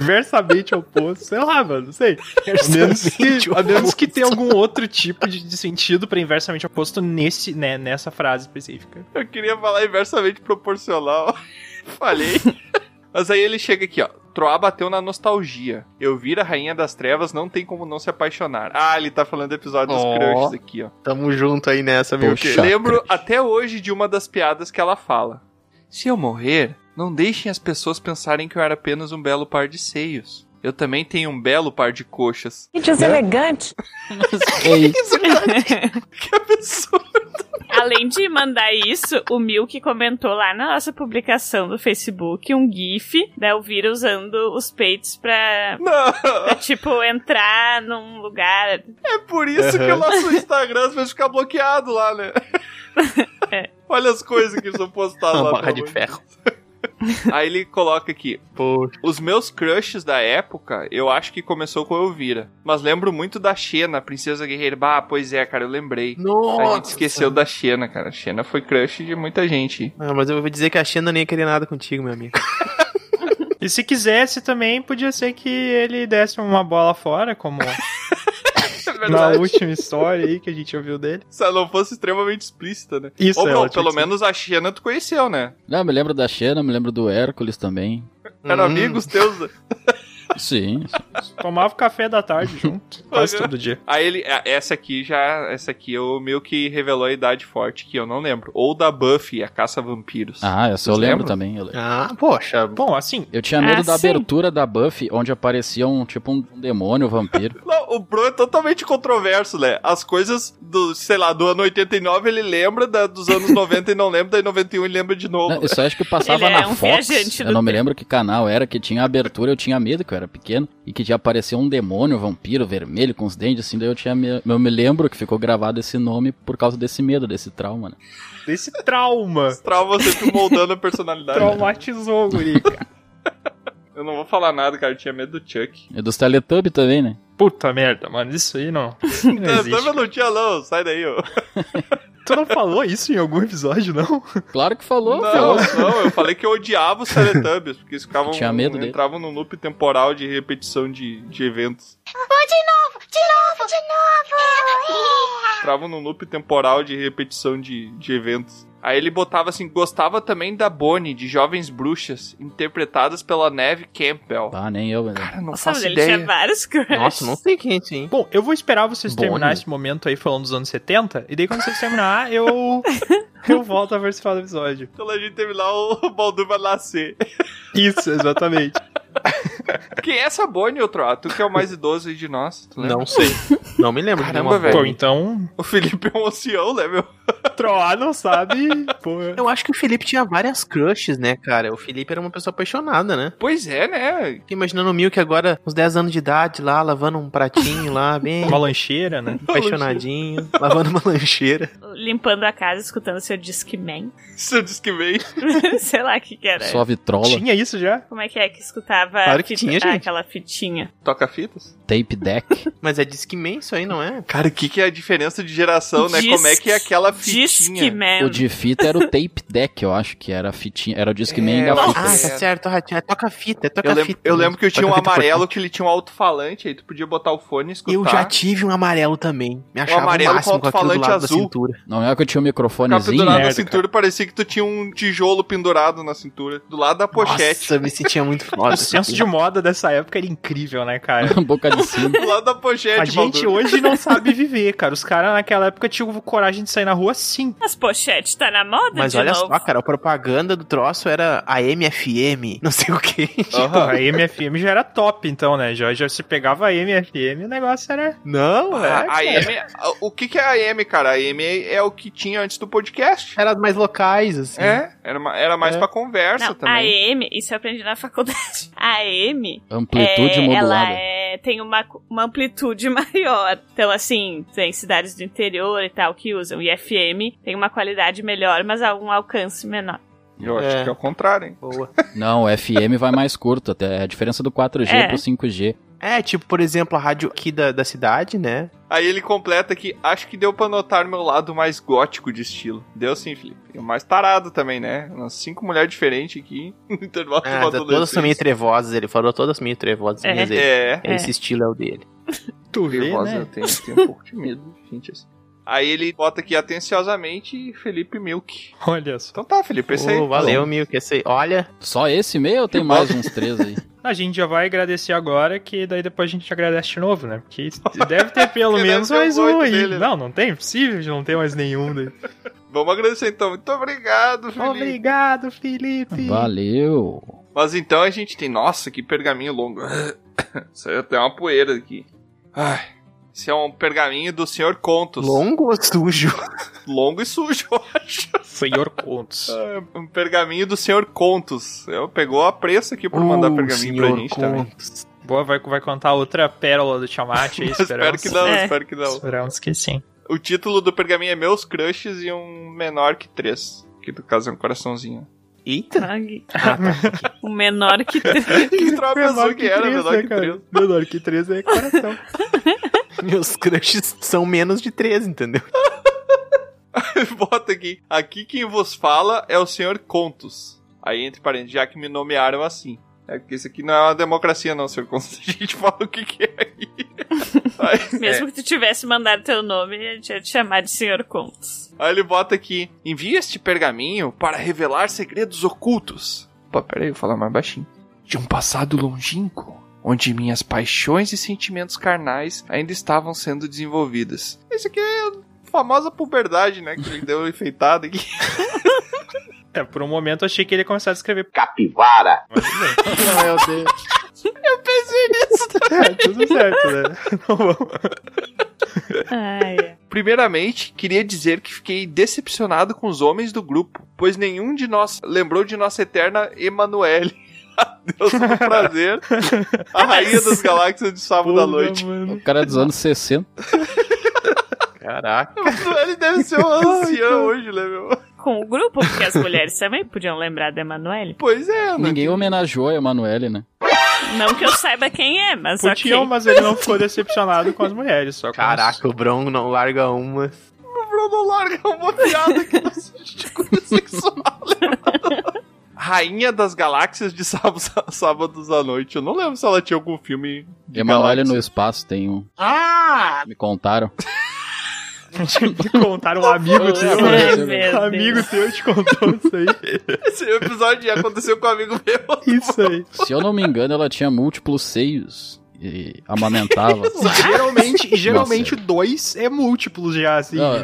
Speaker 3: Inversamente oposto, sei lá, mano, não sei. A menos, que, a menos que tenha algum outro tipo de, de sentido pra inversamente oposto nesse, né, nessa frase específica.
Speaker 4: Eu queria falar inversamente proporcional. Falei. Mas aí ele chega aqui, ó. Troá bateu na nostalgia. Eu vir a Rainha das Trevas, não tem como não se apaixonar. Ah, ele tá falando do episódio dos
Speaker 2: Ó.
Speaker 4: crushes aqui, ó.
Speaker 2: Tamo junto aí nessa, meu
Speaker 6: Poxa.
Speaker 2: querido.
Speaker 4: Lembro até hoje de uma das piadas que ela fala. Se eu morrer, não deixem as pessoas pensarem que eu era apenas um belo par de seios. Eu também tenho um belo par de coxas.
Speaker 6: Ei,
Speaker 4: Que absurdo.
Speaker 5: Além de mandar isso, o Milk comentou lá na nossa publicação do Facebook um GIF da Elvira usando os peitos pra,
Speaker 4: Não,
Speaker 5: pra, tipo, entrar num lugar.
Speaker 4: é por isso que o nosso Instagram vai ficar bloqueado lá, né?
Speaker 5: É.
Speaker 4: Olha as coisas que são postadas lá.
Speaker 2: Uma barra
Speaker 4: pelo
Speaker 2: de
Speaker 4: amor
Speaker 2: ferro.
Speaker 4: Aí ele coloca aqui:
Speaker 2: Poxa.
Speaker 4: Os meus crushes da época, eu acho que começou com a Elvira. Mas lembro muito da Xena, a Princesa Guerreira. Ah, pois é, cara, eu lembrei. A gente esqueceu da Xena, cara. A Xena foi crush de muita gente.
Speaker 2: Ah, mas eu vou dizer que a Xena nem ia querer nada contigo, meu amigo.
Speaker 3: E se quisesse também, podia ser que ele desse uma bola fora, como
Speaker 4: É
Speaker 3: na última história aí que a gente ouviu dele.
Speaker 4: Se ela não fosse extremamente explícita, né?
Speaker 3: Isso,
Speaker 4: Ou
Speaker 3: é,
Speaker 4: não,
Speaker 3: ela tinha
Speaker 4: pelo
Speaker 3: que ser.
Speaker 4: menos a Xena tu conheceu, né?
Speaker 6: Não, me lembro da Xena, me lembro do Hércules também.
Speaker 4: Eram
Speaker 3: Uhum.
Speaker 2: Hum.
Speaker 4: amigos teus. né?
Speaker 6: Sim.
Speaker 3: Tomava o café da tarde junto, quase todo dia.
Speaker 4: Aí ele. a- Essa aqui já. Essa aqui eu meio que revelou a idade forte que eu não lembro. Ou da Buffy, a caça a vampiros.
Speaker 6: Ah, essa eu
Speaker 4: Vocês
Speaker 6: lembro
Speaker 4: lembram?
Speaker 6: também. Eu, lembro.
Speaker 2: Ah, poxa.
Speaker 3: Bom, assim,
Speaker 6: Eu tinha medo
Speaker 5: Ah,
Speaker 6: da
Speaker 5: sim.
Speaker 6: abertura da Buffy, onde aparecia um tipo um demônio, um vampiro.
Speaker 4: Não, o Bro é totalmente controverso, né? As coisas do, sei lá, do ano 89 ele lembra, da, dos anos 90 e não lembra, daí 91 ele lembra de novo.
Speaker 6: Não, isso eu acho que passava
Speaker 5: Ele é
Speaker 6: na
Speaker 5: um
Speaker 6: Fox.
Speaker 5: viajante
Speaker 6: Eu
Speaker 5: do
Speaker 6: não me lembro que canal era, que tinha abertura, eu tinha medo que eu era pequeno, e que já apareceu um demônio, um vampiro, vermelho, com os dentes assim, daí eu tinha me... eu me lembro que ficou gravado esse nome por causa desse medo, desse trauma, né?
Speaker 3: Desse trauma.
Speaker 4: Trava sempre moldando a personalidade.
Speaker 3: Traumatizou o guri, cara.
Speaker 4: Eu não vou falar nada, cara. Eu tinha medo do Chuck.
Speaker 6: É dos Teletubbies também, né?
Speaker 3: Puta merda, mano. Isso aí não. Isso aí não
Speaker 4: Também eu
Speaker 3: existe.
Speaker 4: não tinha, não. Sai daí, ô.
Speaker 3: Tu não falou isso em algum episódio, não?
Speaker 6: Claro que falou,
Speaker 4: Não,
Speaker 6: falou.
Speaker 4: não, eu falei que eu odiava os Teletubbies, porque eles ficavam.
Speaker 6: Tinha medo dele.
Speaker 4: Entravam num loop temporal de repetição de, de eventos. Entravam num loop temporal de repetição de, de eventos. Aí ele botava assim, gostava também da Bonnie, de Jovens Bruxas, interpretadas pela Neve Campbell.
Speaker 6: Tá, nem eu, velho.
Speaker 4: Cara, não
Speaker 5: Nossa, mas
Speaker 4: faço
Speaker 5: ele tinha
Speaker 4: ideia.
Speaker 5: vários crushes.
Speaker 2: Nossa, não sei quem é esse, hein?
Speaker 3: Bom, eu vou esperar vocês
Speaker 6: Bonnie.
Speaker 3: terminar esse momento aí falando dos anos 70, e daí quando vocês terminar, eu. eu volto a participar do episódio.
Speaker 4: Quando a gente terminar, o Baldur vai nascer.
Speaker 3: Isso, exatamente.
Speaker 4: Quem é essa Bonnie, Otroa? Tu que é o mais idoso aí de nós, tu lembra?
Speaker 2: Não sei. Não me lembro
Speaker 4: Caramba,
Speaker 2: de nenhuma
Speaker 4: velho.
Speaker 3: Bom,
Speaker 2: boa.
Speaker 3: então.
Speaker 4: O Felipe é um ancião, né, meu?
Speaker 3: Troar não sabe. Porra.
Speaker 2: Eu acho que o Felipe tinha várias crushes, né, cara? O Felipe era uma pessoa apaixonada, né?
Speaker 4: Pois é, né?
Speaker 2: Fiquei imaginando o Mil que agora, uns 10 anos de idade, lá, lavando um pratinho lá, bem
Speaker 3: Uma lancheira, né?
Speaker 2: apaixonadinho, lavando uma lancheira.
Speaker 5: Limpando a casa, escutando seu Discman.
Speaker 4: Seu é disque veio.
Speaker 5: Sei lá o que que era.
Speaker 6: Só vitrola,
Speaker 3: Tinha isso já?
Speaker 5: Como é que é que escutava a
Speaker 2: Claro que
Speaker 5: fita-
Speaker 2: tinha, gente.
Speaker 5: ah, aquela fitinha?
Speaker 4: Toca fitas?
Speaker 6: tape deck.
Speaker 2: Mas é Discman isso aí, não é?
Speaker 4: Cara, o que, que é a diferença de geração, né? Como é que é aquela fitinha?
Speaker 6: o
Speaker 5: Discman.
Speaker 6: de fita era o tape deck, eu acho que era a fitinha. Era o Discman
Speaker 4: É,
Speaker 6: da
Speaker 4: nossa.
Speaker 6: fita.
Speaker 2: Ah, tá
Speaker 4: É.
Speaker 2: certo, Ratinho. É toca-fita, é
Speaker 4: Eu,
Speaker 2: toca-fita.
Speaker 4: lembro, eu lembro que eu tinha um
Speaker 2: Toca-fita
Speaker 4: amarelo que ele tinha um alto-falante, aí tu podia botar o fone e escutar. Um
Speaker 2: Eu já tive um amarelo também. Me achava o,
Speaker 4: amarelo com
Speaker 2: máximo com aquilo do
Speaker 4: alto-falante
Speaker 2: lado
Speaker 4: azul.
Speaker 2: da cintura.
Speaker 6: Não é que eu tinha um
Speaker 4: Ficava
Speaker 6: microfonezinho,
Speaker 4: pendurado
Speaker 6: né?
Speaker 4: na
Speaker 3: Merda,
Speaker 4: cintura, parecia que tu tinha um tijolo pendurado na cintura, do lado da pochete.
Speaker 2: Nossa, eu me sentia muito foda.
Speaker 3: O senso de moda dessa época era incrível, né, cara?
Speaker 6: Boca de sino.
Speaker 4: Do lado da pochete,
Speaker 3: A gente
Speaker 4: Baldur.
Speaker 3: hoje não sabe viver, cara. Os caras naquela época tinham coragem de sair na rua sim.
Speaker 5: As pochetes tá na moda
Speaker 2: Mas
Speaker 5: de
Speaker 2: olha
Speaker 5: novo.
Speaker 2: só, cara, a propaganda do troço era a MFM, não sei o quê.
Speaker 3: Porra, a MFM já era top, então, né? Já, já se pegava a MFM, o negócio era.
Speaker 2: Não, é.
Speaker 4: A AM, a- o que que é a AM, cara? A AM é o que tinha antes do podcast.
Speaker 2: Era mais locais, assim.
Speaker 4: É, era, ma- era mais
Speaker 2: É.
Speaker 4: pra conversa
Speaker 5: Não, a
Speaker 4: também.
Speaker 5: M, isso eu aprendi na faculdade. A M
Speaker 6: Amplitude
Speaker 5: é,
Speaker 6: modulada.
Speaker 5: Ela é- tem uma, uma amplitude maior. Então, assim, tem cidades do interior e tal que usam. E FM tem uma qualidade melhor, mas há um alcance menor.
Speaker 4: Eu acho
Speaker 2: É.
Speaker 4: que é o contrário, hein?
Speaker 2: Boa.
Speaker 6: Não, o FM vai mais curto, até é a diferença do 4G
Speaker 5: É.
Speaker 6: pro 5G.
Speaker 2: É, tipo, por exemplo, a rádio aqui da, da cidade, né?
Speaker 4: Aí ele completa que acho que deu pra notar meu lado mais gótico de estilo. Deu sim, Felipe. E o mais tarado também, né? Umas cinco mulheres diferentes aqui no intervalo de
Speaker 2: Ah,
Speaker 4: uma
Speaker 2: todas são meio
Speaker 4: adolescência.
Speaker 2: trevosas, ele falou todas meio trevosas.
Speaker 5: É.
Speaker 2: Quer dizer,
Speaker 4: É,
Speaker 5: É.
Speaker 2: esse estilo é o dele.
Speaker 3: Tu vê,
Speaker 4: trevosa,
Speaker 3: né?
Speaker 4: eu tenho, tenho um pouco de medo, gente. Assim. Aí ele bota aqui atenciosamente Felipe Milk.
Speaker 3: Olha só.
Speaker 4: Então tá, Felipe, esse aí.
Speaker 2: Ô, valeu, Mil, que esse aí. Olha,
Speaker 6: Só esse meio ou tem mais uns três aí?
Speaker 3: A gente já vai agradecer agora, que daí depois a gente agradece de novo, né? Porque deve ter pelo
Speaker 4: Porque
Speaker 3: menos
Speaker 4: deve ter
Speaker 3: mais
Speaker 4: oito
Speaker 3: um aí.
Speaker 4: dele, né?
Speaker 3: Não, não tem, impossível de não ter mais nenhum né? daí.
Speaker 4: Vamos agradecer então. Muito obrigado, Felipe.
Speaker 3: Obrigado, Felipe.
Speaker 6: Valeu.
Speaker 4: Mas então a gente tem. Nossa, que pergaminho longo. Saiu até uma poeira aqui. Ai. Esse é um pergaminho do Senhor Contos.
Speaker 2: longo ou sujo?
Speaker 4: Longo e sujo, eu acho.
Speaker 3: Senhor Contos.
Speaker 4: Um pergaminho do senhor Contos. Eu pegou a preço aqui por mandar
Speaker 2: Uh,
Speaker 4: pergaminho
Speaker 2: senhor
Speaker 4: pra gente também.
Speaker 2: Contos.
Speaker 3: Boa, vai, vai contar outra pérola do Tiamat aí,
Speaker 4: Espero
Speaker 3: esperamos.
Speaker 4: que não,
Speaker 5: É.
Speaker 4: espero que não.
Speaker 3: Esperamos que sim.
Speaker 4: O título do pergaminho é Meus Crushes e um menor que três. Que no caso é um coraçãozinho.
Speaker 2: Eita,
Speaker 3: Ah, tá.
Speaker 5: o menor que
Speaker 4: Que troca pensou que era, menor que três.
Speaker 3: né, cara? Menor que três é coração.
Speaker 2: meus crushes são menos de 13, entendeu?
Speaker 4: Bota aqui. Aqui quem vos fala é o senhor Contos. Aí, entre parênteses, já que me nomearam assim. É porque isso aqui não é uma democracia, não, senhor Contos. A gente fala o que, que é aí.
Speaker 3: É.
Speaker 4: aí.
Speaker 5: mesmo que tu tivesse mandado teu nome, eu tinha te chamar de Senhor Contos.
Speaker 4: Aí ele bota aqui: envia este pergaminho para revelar segredos ocultos. Opa, peraí, vou falar mais baixinho. De um passado longínquo, onde minhas paixões e sentimentos carnais ainda estavam sendo desenvolvidas. Isso aqui é a famosa puberdade, né? Que ele deu uma enfeitada aqui.
Speaker 3: É, por um momento eu achei que ele ia começar a escrever.
Speaker 9: Capivara.
Speaker 3: Mas tudo bem,
Speaker 2: Meu Deus.
Speaker 3: tá tudo certo, né? Não vamos-
Speaker 5: Ai, é.
Speaker 4: Primeiramente, queria dizer que fiquei decepcionado com os homens do grupo, pois nenhum de nós lembrou de nossa eterna Emanuele. Deus do prazer, a rainha das galáxias de sábado à noite.
Speaker 6: O cara é dos anos 60.
Speaker 2: Caraca.
Speaker 4: Ele deve ser um ancião é hoje, né, meu?
Speaker 5: com o grupo, porque as mulheres também podiam lembrar da Emanuele.
Speaker 4: Pois é, Ana.
Speaker 6: Ninguém homenageou a Emanuele, né?
Speaker 5: Não que eu saiba quem é, mas
Speaker 3: Podiam,
Speaker 5: ok.
Speaker 3: mas ele não ficou decepcionado com as mulheres, só com as-
Speaker 2: Caraca, o Bron não larga uma.
Speaker 4: O Bruno larga é uma piada que não existe cunho sexual. Leonardo. Rainha das Galáxias de sábado, Sábados à Noite. Eu não lembro se ela tinha algum filme de
Speaker 6: Emanuele no
Speaker 4: galáxias.
Speaker 6: espaço tem um.
Speaker 7: Ah!
Speaker 6: Me contaram.
Speaker 3: Contaram um amigo teu.
Speaker 5: Ai,
Speaker 6: Meu
Speaker 5: meu
Speaker 3: Um amigo teu te contou isso aí.
Speaker 4: Esse episódio aconteceu com um amigo meu.
Speaker 3: Isso aí.
Speaker 6: Se eu não me engano, ela tinha múltiplos seios e amamentava.
Speaker 3: Geralmente, geralmente dois é múltiplo já, assim.
Speaker 6: Não,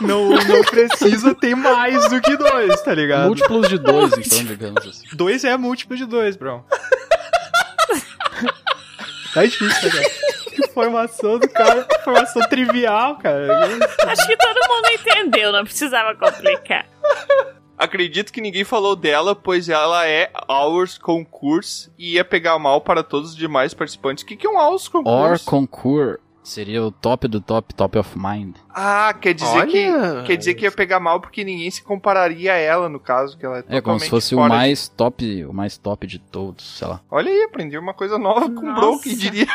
Speaker 3: Não, não precisa ter mais do que dois, tá ligado?
Speaker 6: múltiplos de dois, então, digamos assim.
Speaker 3: Dois é múltiplo de dois, bro. tá difícil, cara. Informação do cara, informação trivial, cara.
Speaker 5: Acho que todo mundo entendeu, não precisava complicar.
Speaker 4: Acredito que ninguém falou dela, pois ela é Hours Concurse e ia pegar mal para todos os demais participantes. O que, que é um Hours
Speaker 6: Or
Speaker 4: Concurse?
Speaker 6: Concours seria o top do top, top of mind.
Speaker 4: Ah, quer dizer que...
Speaker 6: Ah,
Speaker 2: Olha!
Speaker 4: Quer dizer que ia pegar mal porque ninguém se compararia a ela, no caso, que ela é
Speaker 6: É como
Speaker 4: totalmente
Speaker 6: se fosse o
Speaker 4: fora
Speaker 6: mais top, o mais top de todos, sei lá.
Speaker 4: de- Olha aí, aprendi uma coisa nova com o Bro, que
Speaker 5: Nossa.
Speaker 4: diria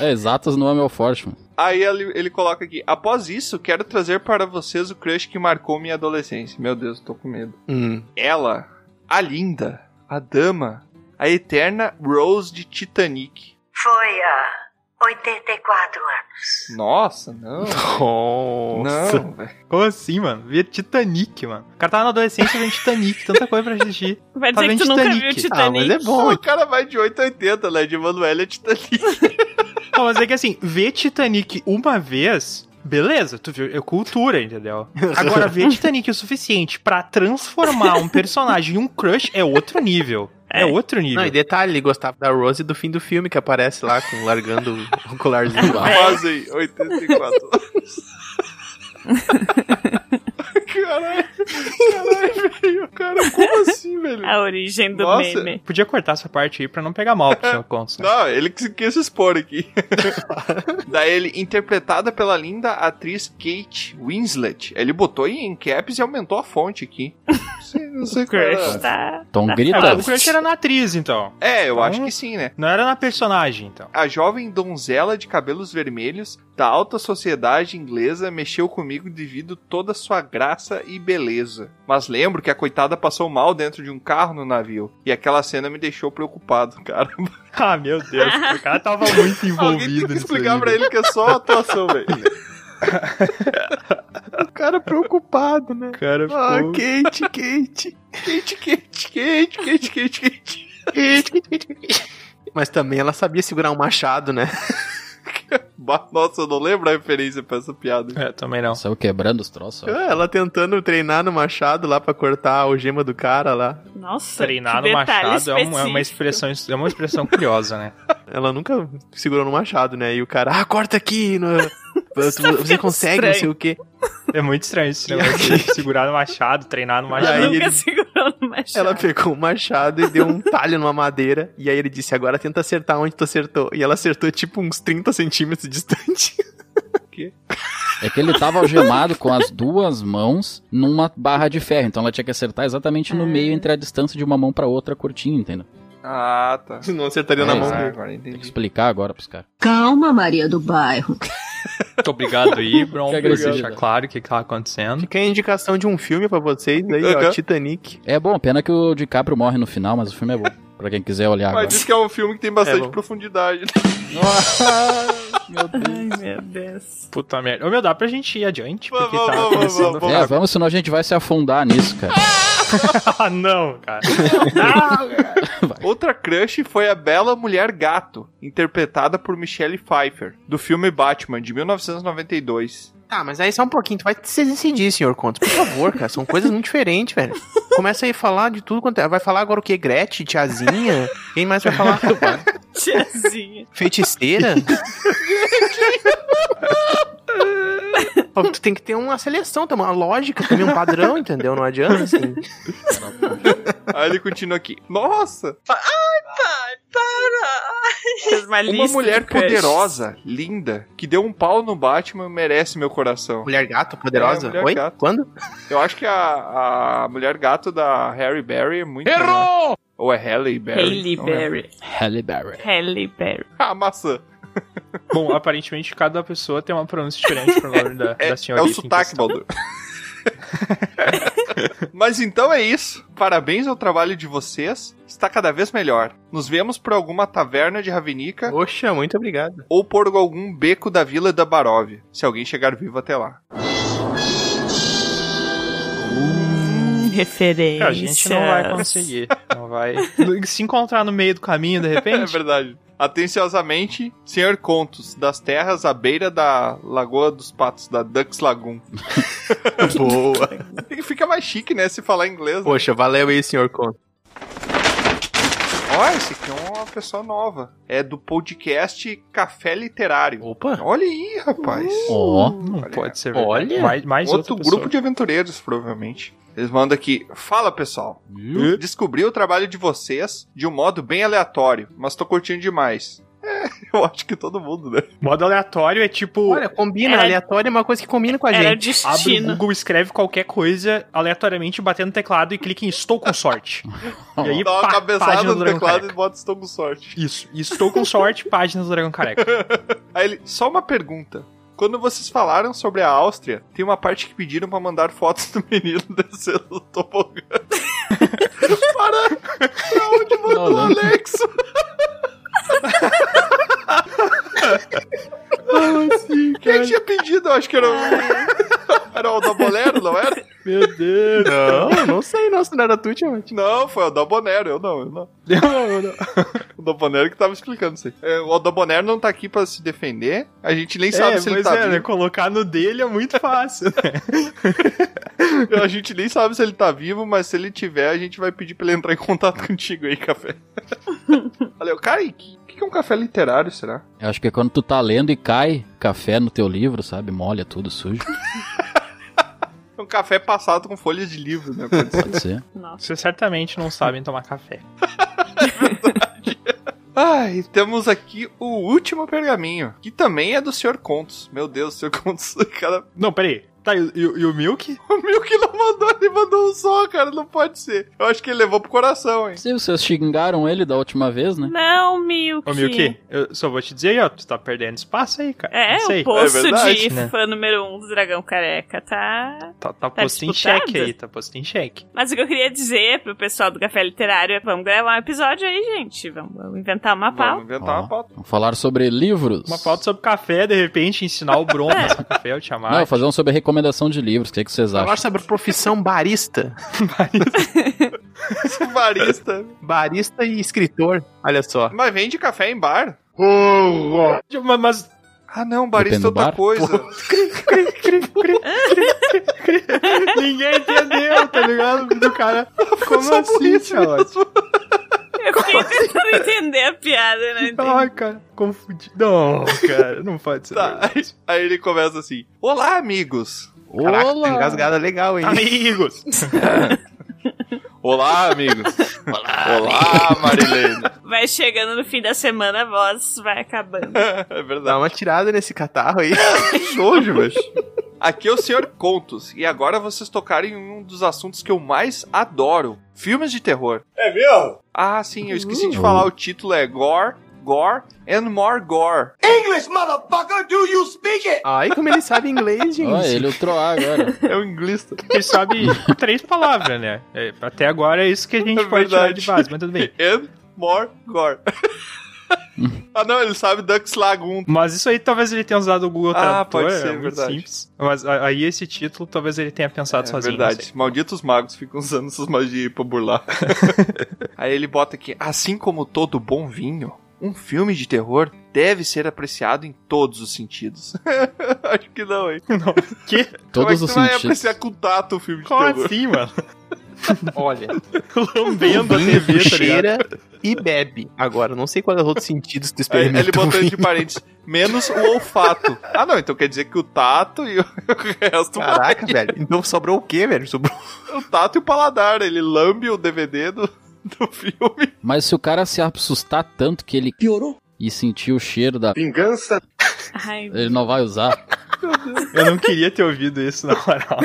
Speaker 6: É, exatas não é meu forte, mano.
Speaker 4: Aí ele, ele coloca aqui: Após isso, quero trazer para vocês o crush que marcou minha adolescência. Meu Deus, tô com medo.
Speaker 2: Hum.
Speaker 4: Ela, a linda, a dama, a eterna Rose de Titanic.
Speaker 10: Foi há 84 anos.
Speaker 4: Nossa, não.
Speaker 2: Nossa.
Speaker 4: Não, velho.
Speaker 3: Como assim, mano? Via Titanic, mano. O cara tava na adolescência vendo Titanic, tanta coisa pra assistir.
Speaker 5: Vai
Speaker 3: Tá
Speaker 5: dizer que
Speaker 3: vendo
Speaker 5: tu nunca
Speaker 3: Titanic?
Speaker 5: viu
Speaker 2: Ah, mas
Speaker 5: Titanic.
Speaker 2: é bom.
Speaker 4: o cara vai de 8 a 80, né? De Manuel a Titanic.
Speaker 3: Não, mas é que assim, ver Titanic uma vez, beleza, tu viu, é cultura, entendeu? Agora, ver Titanic o suficiente pra transformar um personagem em um crush é outro nível. É outro nível.
Speaker 2: Não, e detalhe, ele gostava da Rose do fim do filme, que aparece lá com largando o colarzinho
Speaker 4: É.
Speaker 2: lá.
Speaker 4: Quase 84 anos. caralho, caralho, velho. Cara, como assim, velho?
Speaker 5: A origem do
Speaker 4: Nossa.
Speaker 5: meme.
Speaker 3: Podia cortar essa parte aí pra não pegar mal pro seu conto. né?
Speaker 4: Não, ele que se- quis se expor aqui. Daí ele, interpretada pela linda atriz Kate Winslet. Ele botou em caps e aumentou a fonte aqui. Não sei, não sei
Speaker 5: O
Speaker 4: qual é. era.
Speaker 5: crush tá.
Speaker 6: Então
Speaker 3: Ah,
Speaker 6: grita.
Speaker 3: o crush era na atriz, então.
Speaker 4: É, eu
Speaker 3: Então-
Speaker 4: acho que sim, né?
Speaker 3: Não era na personagem, então.
Speaker 4: A jovem donzela de cabelos vermelhos da alta sociedade inglesa mexeu comigo devido toda sua graça e beleza. Mas lembro que a coitada passou mal dentro de um carro no navio. E aquela cena me deixou preocupado, cara.
Speaker 3: Ah, meu Deus, o cara tava muito
Speaker 4: Alguém
Speaker 3: envolvido
Speaker 4: tem que
Speaker 3: nisso
Speaker 4: explicar
Speaker 3: aí,
Speaker 4: pra ele que é só atuação, velho.
Speaker 2: O cara preocupado, né?
Speaker 3: Cara, ficou...
Speaker 2: Ah, Kate, Kate.
Speaker 4: Kate, Kate, Kate, Kate, Kate, Kate.
Speaker 2: Mas também ela sabia segurar um machado, né?
Speaker 4: Bah, Nossa, eu não lembro a referência pra essa piada.
Speaker 3: É, também não.
Speaker 6: Saiu quebrando os troços. ó.
Speaker 2: É, Ela tentando treinar no machado lá pra cortar a algema do cara lá.
Speaker 5: Nossa.
Speaker 3: Treinar
Speaker 5: que
Speaker 3: no
Speaker 5: detalhe
Speaker 3: machado é uma, é uma
Speaker 5: específico.
Speaker 3: expressão, é uma expressão curiosa, né?
Speaker 2: Ela nunca segurou no machado, né? E o cara, ah, corta aqui! No...
Speaker 5: tá
Speaker 2: Você
Speaker 5: ficando
Speaker 2: consegue, não sei
Speaker 5: estranho.
Speaker 2: o quê.
Speaker 3: É muito estranho esse negócio de segurar no machado, treinar no
Speaker 2: E aí
Speaker 3: machado.
Speaker 5: nunca
Speaker 2: ele-
Speaker 5: segurou no machado.
Speaker 2: Ela pegou o machado e deu um talho numa madeira. E aí ele disse, agora tenta acertar onde tu acertou. E ela acertou, tipo, uns 30 centímetros distante.
Speaker 6: É que ele tava algemado com as duas mãos numa barra de ferro. Então ela tinha que acertar exatamente no meio entre a distância de uma mão pra outra curtinho, entendeu?
Speaker 4: Ah, tá.
Speaker 2: Não acertaria na
Speaker 6: É,
Speaker 2: mão
Speaker 6: exato.
Speaker 4: Ah,
Speaker 2: dele.
Speaker 4: agora
Speaker 6: Tem que
Speaker 4: entendi.
Speaker 6: explicar agora pros caras.
Speaker 10: Calma, Maria do Bairro.
Speaker 3: Muito obrigado aí, Bron,
Speaker 6: Que
Speaker 3: por
Speaker 6: agressivo.
Speaker 3: deixar claro o que que tava acontecendo.
Speaker 2: Fica a indicação de um filme pra vocês aí, ó,
Speaker 4: Uhum.
Speaker 2: Titanic.
Speaker 6: É bom, pena que o DiCaprio morre no final, mas o filme é bom. Pra quem quiser olhar agora.
Speaker 4: Mas diz que é um filme que tem bastante
Speaker 2: É, bom.
Speaker 4: profundidade. né?
Speaker 5: Ai, meu Deus.
Speaker 3: Puta merda. Ô, meu, dá pra gente ir adiante? Porque
Speaker 4: Vamos,
Speaker 3: tá
Speaker 4: vamos,
Speaker 3: começando...
Speaker 4: vamos,
Speaker 6: É, vamos, senão a gente vai se afundar nisso, cara.
Speaker 3: ah, não, cara.
Speaker 4: Outra crush foi a Bela Mulher Gato, interpretada por Michelle Pfeiffer, do filme Batman, de 1992.
Speaker 2: Ah, mas aí só um pouquinho. Tu vai se decidir, senhor Contos. Por favor, cara. São coisas muito diferentes, velho. Começa aí a falar de tudo quanto é. Vai falar agora o quê? Gretchen? Tiazinha? Quem mais vai falar?
Speaker 5: Tiazinha.
Speaker 2: Feiticeira? Pô, tu tem que ter uma seleção, tem uma lógica, também um padrão, entendeu? Não adianta assim.
Speaker 4: Aí ele continua aqui. Nossa!
Speaker 10: Pai, para!
Speaker 5: Fez uma, lista
Speaker 4: Uma
Speaker 5: de
Speaker 4: mulher
Speaker 5: crushes.
Speaker 4: poderosa, linda, que deu um pau no Batman, merece meu coração.
Speaker 2: Mulher gato, poderosa.
Speaker 4: É, mulher
Speaker 2: Oi?
Speaker 4: gato.
Speaker 2: Quando?
Speaker 4: Eu acho que a, a mulher gato da Harry Berry é muito. Errou! Ou é Halle Berry?
Speaker 5: Hailey
Speaker 4: não
Speaker 3: é?
Speaker 4: lembro.
Speaker 5: Berry.
Speaker 6: Halle Berry.
Speaker 5: Hailey Berry.
Speaker 4: A maçã.
Speaker 3: Bom, aparentemente cada pessoa tem uma pronúncia diferente pro nome da,
Speaker 4: É,
Speaker 3: da
Speaker 4: é
Speaker 3: senhorita.
Speaker 4: o
Speaker 3: em
Speaker 4: sotaque,
Speaker 3: questão.
Speaker 4: Baldur. Mas então é isso. Parabéns ao trabalho de vocês. Está cada vez melhor. Nos vemos por alguma taverna de Ravenica
Speaker 2: Poxa, muito obrigado.
Speaker 4: ou por algum beco da Vila da Barov, se alguém chegar vivo até lá.
Speaker 5: Hum, referência.
Speaker 3: É, A gente não vai conseguir. Não vai. Se encontrar no meio do caminho, de
Speaker 4: É
Speaker 3: repente.
Speaker 4: verdade. Atenciosamente, Senhor Contos, das terras à beira da Lagoa dos Patos, da Ducks Lagoon.
Speaker 2: Boa.
Speaker 4: E Fica mais chique, né, se falar inglês. Né?
Speaker 2: Poxa, valeu aí, senhor Conto.
Speaker 4: Ó, esse aqui é uma pessoa nova. É do podcast Café Literário.
Speaker 2: Opa.
Speaker 4: Olha aí, rapaz.
Speaker 6: Ó.
Speaker 3: Não
Speaker 4: Olha.
Speaker 3: pode ser. verdade.
Speaker 2: Olha.
Speaker 3: Mais, mais
Speaker 4: Outro
Speaker 3: outra pessoa.
Speaker 4: grupo de aventureiros, provavelmente. Eles mandam aqui. Fala, pessoal.
Speaker 3: Uhum.
Speaker 4: Descobri o trabalho de vocês de um modo bem aleatório, mas tô curtindo demais. É, eu acho que todo mundo, né?
Speaker 3: Modo aleatório é tipo.
Speaker 2: Olha, combina.
Speaker 5: Era-
Speaker 2: Aleatório é uma coisa que combina com a
Speaker 5: Era o
Speaker 2: gente.
Speaker 3: Abre o
Speaker 5: destino.
Speaker 3: Google, escreve qualquer coisa aleatoriamente, batendo no teclado e clica em Estou com sorte. e aí,
Speaker 4: Dá uma
Speaker 3: pá,
Speaker 4: cabeçada
Speaker 3: página do
Speaker 4: no
Speaker 3: Dragão
Speaker 4: teclado
Speaker 3: Careca.
Speaker 4: e bota estou com sorte.
Speaker 3: Isso. E Estou com sorte, página do Dragão Careca.
Speaker 4: Aí ele, só uma pergunta. Quando vocês falaram sobre a Áustria, tem uma parte que pediram pra mandar fotos do menino descendo do tobogã. para, pra onde mandou
Speaker 6: Não,
Speaker 4: o
Speaker 6: não.
Speaker 4: Alex? Quem é que tinha pedido? Eu acho que era o... Era o Dabonero, não era?
Speaker 3: Meu Deus.
Speaker 2: Não, não sei, não. Se não era tu, tinha ótimo.
Speaker 4: Não, foi o Dabonero, eu não, eu não. O Dabonero que tava explicando isso aí. É, o Dabonero não tá aqui pra se defender, a gente nem sabe
Speaker 3: É,
Speaker 4: se ele
Speaker 3: mas
Speaker 4: tá
Speaker 3: é, né,
Speaker 4: vivo.
Speaker 3: colocar no dele é muito fácil.
Speaker 4: A gente nem sabe se ele tá vivo, mas se ele tiver, a gente vai pedir pra ele entrar em contato contigo aí, café. Valeu, cara, e o que, que é um café literário, será?
Speaker 6: Eu acho que é quando tu tá lendo e cai café no teu livro, sabe? Molha tudo, sujo.
Speaker 4: É um café passado com folhas de livro, né? Pode ser.
Speaker 6: Pode ser.
Speaker 5: Nossa.
Speaker 3: Vocês certamente não sabem tomar café.
Speaker 4: ah, e temos aqui o último pergaminho, que também é do Sr. Contos. Meu Deus, o Sr. Contos, cara,
Speaker 3: Não, peraí. Tá, e, e o- e o Milk?
Speaker 4: o meu que não mandou, ele mandou um só, cara, não pode ser. Eu acho que ele levou pro coração, hein?
Speaker 6: Se vocês xingaram ele da última vez, né?
Speaker 5: Não, Milk.
Speaker 3: Ô, Milk, eu só vou te dizer aí, ó, tu tá perdendo espaço aí, cara.
Speaker 5: É,
Speaker 3: não sei.
Speaker 5: o posto
Speaker 4: É verdade,
Speaker 5: de
Speaker 3: né?
Speaker 5: fã número um do Dragão Careca, tá?
Speaker 3: Tá, tá
Speaker 5: Tá
Speaker 3: posto em
Speaker 5: disputado?
Speaker 3: xeque aí, tá posto em xeque.
Speaker 5: Mas o que eu queria dizer pro pessoal do Café Literário é: vamos gravar um episódio aí, gente. Vamos, vamos inventar uma
Speaker 4: Vamos
Speaker 5: pauta.
Speaker 4: inventar
Speaker 6: Ó.
Speaker 4: uma pauta.
Speaker 6: Vamos falar sobre livros.
Speaker 3: Uma pauta sobre café, de repente, ensinar o Bron a fazer café, o
Speaker 6: Não,
Speaker 3: Tiamat.
Speaker 6: fazer um sobre recomendação de livros. O que, é que vocês acham?
Speaker 2: Falar sobre a profissão barista.
Speaker 4: Barista.
Speaker 2: Barista e escritor. Olha só.
Speaker 4: Mas vende café em bar.
Speaker 3: Mas, mas
Speaker 4: Ah, não, barista é
Speaker 6: Depende do
Speaker 4: outra
Speaker 6: bar.
Speaker 4: coisa.
Speaker 3: ninguém entendeu, tá ligado? Do cara. Como
Speaker 4: só por
Speaker 3: assim,
Speaker 4: isso
Speaker 3: Tiamat?
Speaker 5: Eu fiquei tentando entender a piada, né?
Speaker 3: Ai, cara, confundi. Não, cara, não
Speaker 2: é
Speaker 3: pode ser.
Speaker 4: Tá, aí, aí ele começa assim: Olá, amigos! Tá,
Speaker 2: Caraca, tá
Speaker 6: Olá!
Speaker 2: engasgada legal, hein?
Speaker 3: Amigos!
Speaker 4: Olá, amigos! Olá, Marilene!
Speaker 5: Vai chegando no fim da semana, a voz vai acabando.
Speaker 4: é
Speaker 2: Dá
Speaker 4: verdade.
Speaker 2: uma tirada nesse catarro aí.
Speaker 4: Nojo, mas. Aqui é o Senhor Contos, e agora vocês tocarem em um dos assuntos que eu mais adoro: filmes de terror. É mesmo? Ah, sim, eu esqueci de
Speaker 2: Uhum.
Speaker 6: Uh.
Speaker 4: falar, o título é Gore, Gore and More Gore.
Speaker 2: Ai, como ele sabe inglês, gente.
Speaker 6: Ó, ele o Troá agora.
Speaker 4: É o inglês.
Speaker 3: Ele sabe três palavras, né? É, até agora é isso que a gente
Speaker 4: É
Speaker 3: pode tirar
Speaker 4: verdade.
Speaker 3: de base, mas tudo bem.
Speaker 4: And More Gore. ah, não, ele sabe Ducks Lagoon.
Speaker 3: Mas isso aí talvez ele tenha usado o Google
Speaker 4: Ah,
Speaker 3: Tradutor,
Speaker 4: pode ser,
Speaker 3: é muito
Speaker 4: verdade.
Speaker 3: simples. Mas a- aí esse título talvez ele tenha pensado
Speaker 4: É
Speaker 3: sozinho. não
Speaker 4: verdade.
Speaker 3: sei.
Speaker 4: Malditos magos ficam usando essas magias aí pra burlar. aí ele bota aqui, assim como todo bom vinho, um filme de terror deve ser apreciado em todos os sentidos. Acho que não, hein?
Speaker 3: Não, que?
Speaker 4: Como é
Speaker 6: Todos
Speaker 4: que
Speaker 6: os
Speaker 4: tu vai
Speaker 6: sentidos.
Speaker 4: apreciar com tato o filme de
Speaker 3: Como
Speaker 4: terror?
Speaker 3: assim, mano?
Speaker 2: Olha,
Speaker 3: Lambendo a TV, tá ligado?
Speaker 2: cheira e bebe. Agora, não sei é quais outros sentidos tu
Speaker 4: Aí
Speaker 2: experimenta.
Speaker 4: ele botou
Speaker 2: um
Speaker 4: entre parênteses, menos o olfato. Ah, não, então quer dizer que o tato e o resto,
Speaker 2: Ah. Caraca, velho. Então sobrou o quê, velho? Sobrou
Speaker 4: o tato e o paladar. Ele lambe o DVD do, do filme.
Speaker 6: Mas se o cara se assustar tanto que ele
Speaker 7: Piorou?
Speaker 6: e sentir o cheiro da.
Speaker 9: Vingança.
Speaker 5: Ai,
Speaker 6: Ele não vai usar.
Speaker 3: Eu não queria ter ouvido isso, na moral.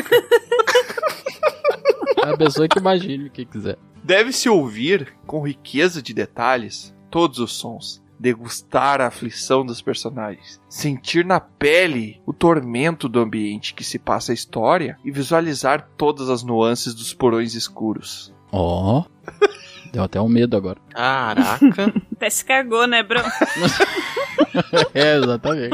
Speaker 6: É a pessoa que imagine o que quiser.
Speaker 4: Deve-se ouvir, com riqueza de detalhes, todos os sons. Degustar a aflição dos personagens, sentir na pele o tormento do ambiente que se passa a história e visualizar todas as nuances dos porões escuros.
Speaker 6: Ó. Deu até um medo agora.
Speaker 2: Caraca.
Speaker 5: até se cagou, né, bro?
Speaker 6: é, exatamente.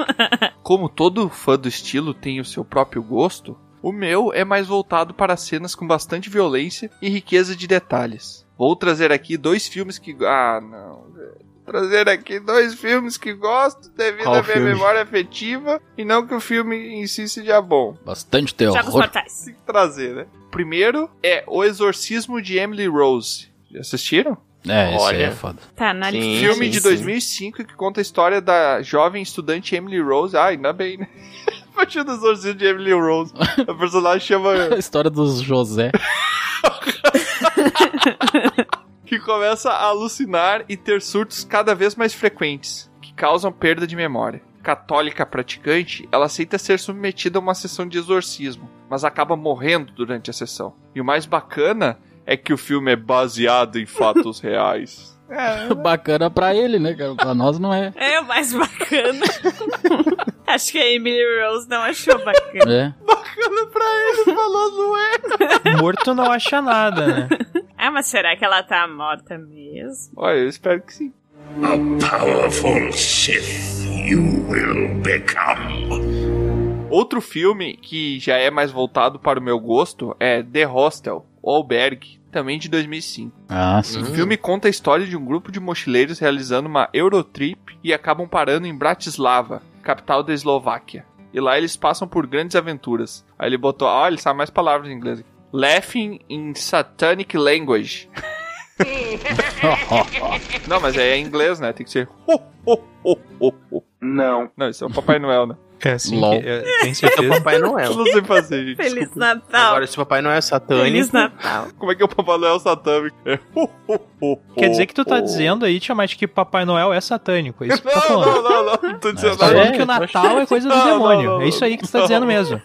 Speaker 4: Como todo fã do estilo tem o seu próprio gosto, o meu é mais voltado para cenas com bastante violência e riqueza de detalhes. Vou trazer aqui dois filmes que. Ah, não. velho. Trazer aqui dois filmes que gosto devido
Speaker 2: Qual
Speaker 4: à minha
Speaker 2: filme?
Speaker 4: memória afetiva e não que o filme em si seja bom.
Speaker 6: Bastante teu
Speaker 5: Jogos
Speaker 6: horror.
Speaker 5: Mortais.
Speaker 4: Tem que trazer, né? Primeiro é O Exorcismo de Emily Rose. Já assistiram?
Speaker 6: É, isso aí
Speaker 2: Olha.
Speaker 6: é foda.
Speaker 5: Tá, na lista.
Speaker 2: Sim,
Speaker 4: filme
Speaker 2: sim,
Speaker 4: de
Speaker 2: sim.
Speaker 4: 2005 que conta a história da jovem estudante Emily Rose. Ah, ainda bem, né? A partir do exorcismo de Emily Rose. A personagem chama.
Speaker 6: A história dos José.
Speaker 4: que começa a alucinar e ter surtos cada vez mais frequentes, que causam perda de memória. Católica praticante, ela aceita ser submetida a uma sessão de exorcismo, mas acaba morrendo durante a sessão. E o mais bacana é que o filme é baseado em fatos reais.
Speaker 6: Bacana pra ele, né? cara? Pra nós não é.
Speaker 5: É o mais bacana. Acho que a Emily Rose não achou bacana.
Speaker 6: É.
Speaker 4: Falou, não é?
Speaker 3: Morto não acha nada, né?
Speaker 5: Ah, mas será que ela tá morta mesmo?
Speaker 4: Olha, eu espero que sim.
Speaker 9: A powerful Sith you will become.
Speaker 4: Outro filme que já é mais voltado para o meu gosto é The Hostel, O Albergue, também de 2005.
Speaker 6: Ah, sim.
Speaker 4: O filme conta a história de um grupo de mochileiros realizando uma Eurotrip e acabam parando em Bratislava, capital da Eslováquia. E lá eles passam por grandes aventuras. Aí ele botou, olha, ele sabe mais palavras em inglês. aqui. Laughing in Satanic Language. Não, mas é em inglês, né? Tem que ser. ho, ho, ho, ho, ho.
Speaker 9: Não.
Speaker 4: Não, isso é o Papai Noel, né?
Speaker 3: É assim,
Speaker 6: Lol.
Speaker 3: que, é, tem
Speaker 2: É o
Speaker 3: certeza.
Speaker 2: Papai Noel.
Speaker 4: Eu não sei fazer, gente.
Speaker 5: Feliz
Speaker 4: desculpa.
Speaker 5: Natal.
Speaker 2: Agora, se o Papai Noel é
Speaker 5: Feliz
Speaker 2: satânico,
Speaker 5: Natal.
Speaker 4: Como é que é o Papai Noel satânico? É. ho, ho, ho,
Speaker 3: Quer
Speaker 4: ho,
Speaker 3: dizer que tu tá
Speaker 4: ho.
Speaker 3: dizendo aí, Tiamat, que Papai Noel é satânico. É isso que tu tá
Speaker 4: Não, não,
Speaker 3: falando.
Speaker 4: não, não, não tô dizendo
Speaker 3: Tá
Speaker 4: nada.
Speaker 3: falando que o Natal é coisa do
Speaker 4: Não, não,
Speaker 3: demônio.
Speaker 4: não,
Speaker 3: é isso aí que tu tá
Speaker 4: não.
Speaker 3: dizendo mesmo.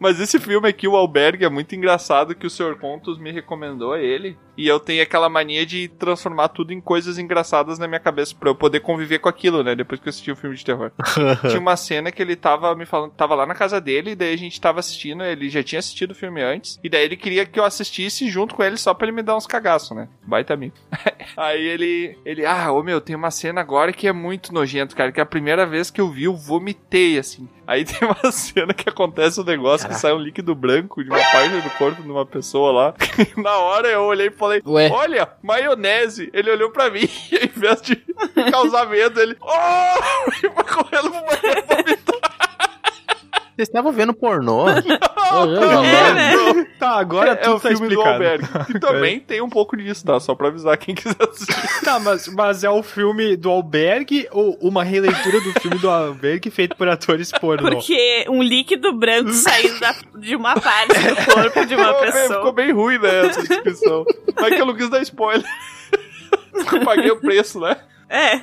Speaker 4: Mas esse filme aqui, o Albergue, é muito engraçado que o Sr. Contos me recomendou ele. E eu tenho aquela mania de transformar tudo em coisas engraçadas na minha cabeça pra eu poder conviver com aquilo, né? Depois que eu assisti o filme de terror. Tinha uma cena que ele tava me falando, tava lá na casa dele, e daí a gente tava assistindo, ele já tinha assistido o filme antes, e daí ele queria que eu assistisse junto com ele só pra ele me dar uns cagaços, né? Baita amigo. Aí ele, ele, ah, ô meu, tem uma cena agora que é muito nojento, cara, que é a primeira vez que eu vi, eu vomitei, assim. Aí tem uma cena que acontece um negócio que sai um líquido branco de uma parte do corpo de uma pessoa lá. na hora eu olhei e falei,
Speaker 6: Ué.
Speaker 4: olha, maionese. Ele olhou pra mim e ao invés de causar medo, ele, oh! E foi correndo pro banheiro
Speaker 2: vocês estavam vendo pornô?
Speaker 5: É, né?
Speaker 3: Tá, agora
Speaker 4: é o filme do Albergue. Que também tem um pouco disso, tá? Só pra avisar quem quiser assistir.
Speaker 3: Tá, mas, mas é o filme do Albergue ou uma releitura do filme do Albergue feito por atores pornô?
Speaker 5: Porque um líquido branco saindo da- de uma parte do corpo de uma
Speaker 4: Ficou bem- É, Ficou
Speaker 5: pessoa.
Speaker 4: bem ruim, né, essa descrição. Mas que eu não quis dar spoiler. Eu paguei o preço, né?
Speaker 5: É.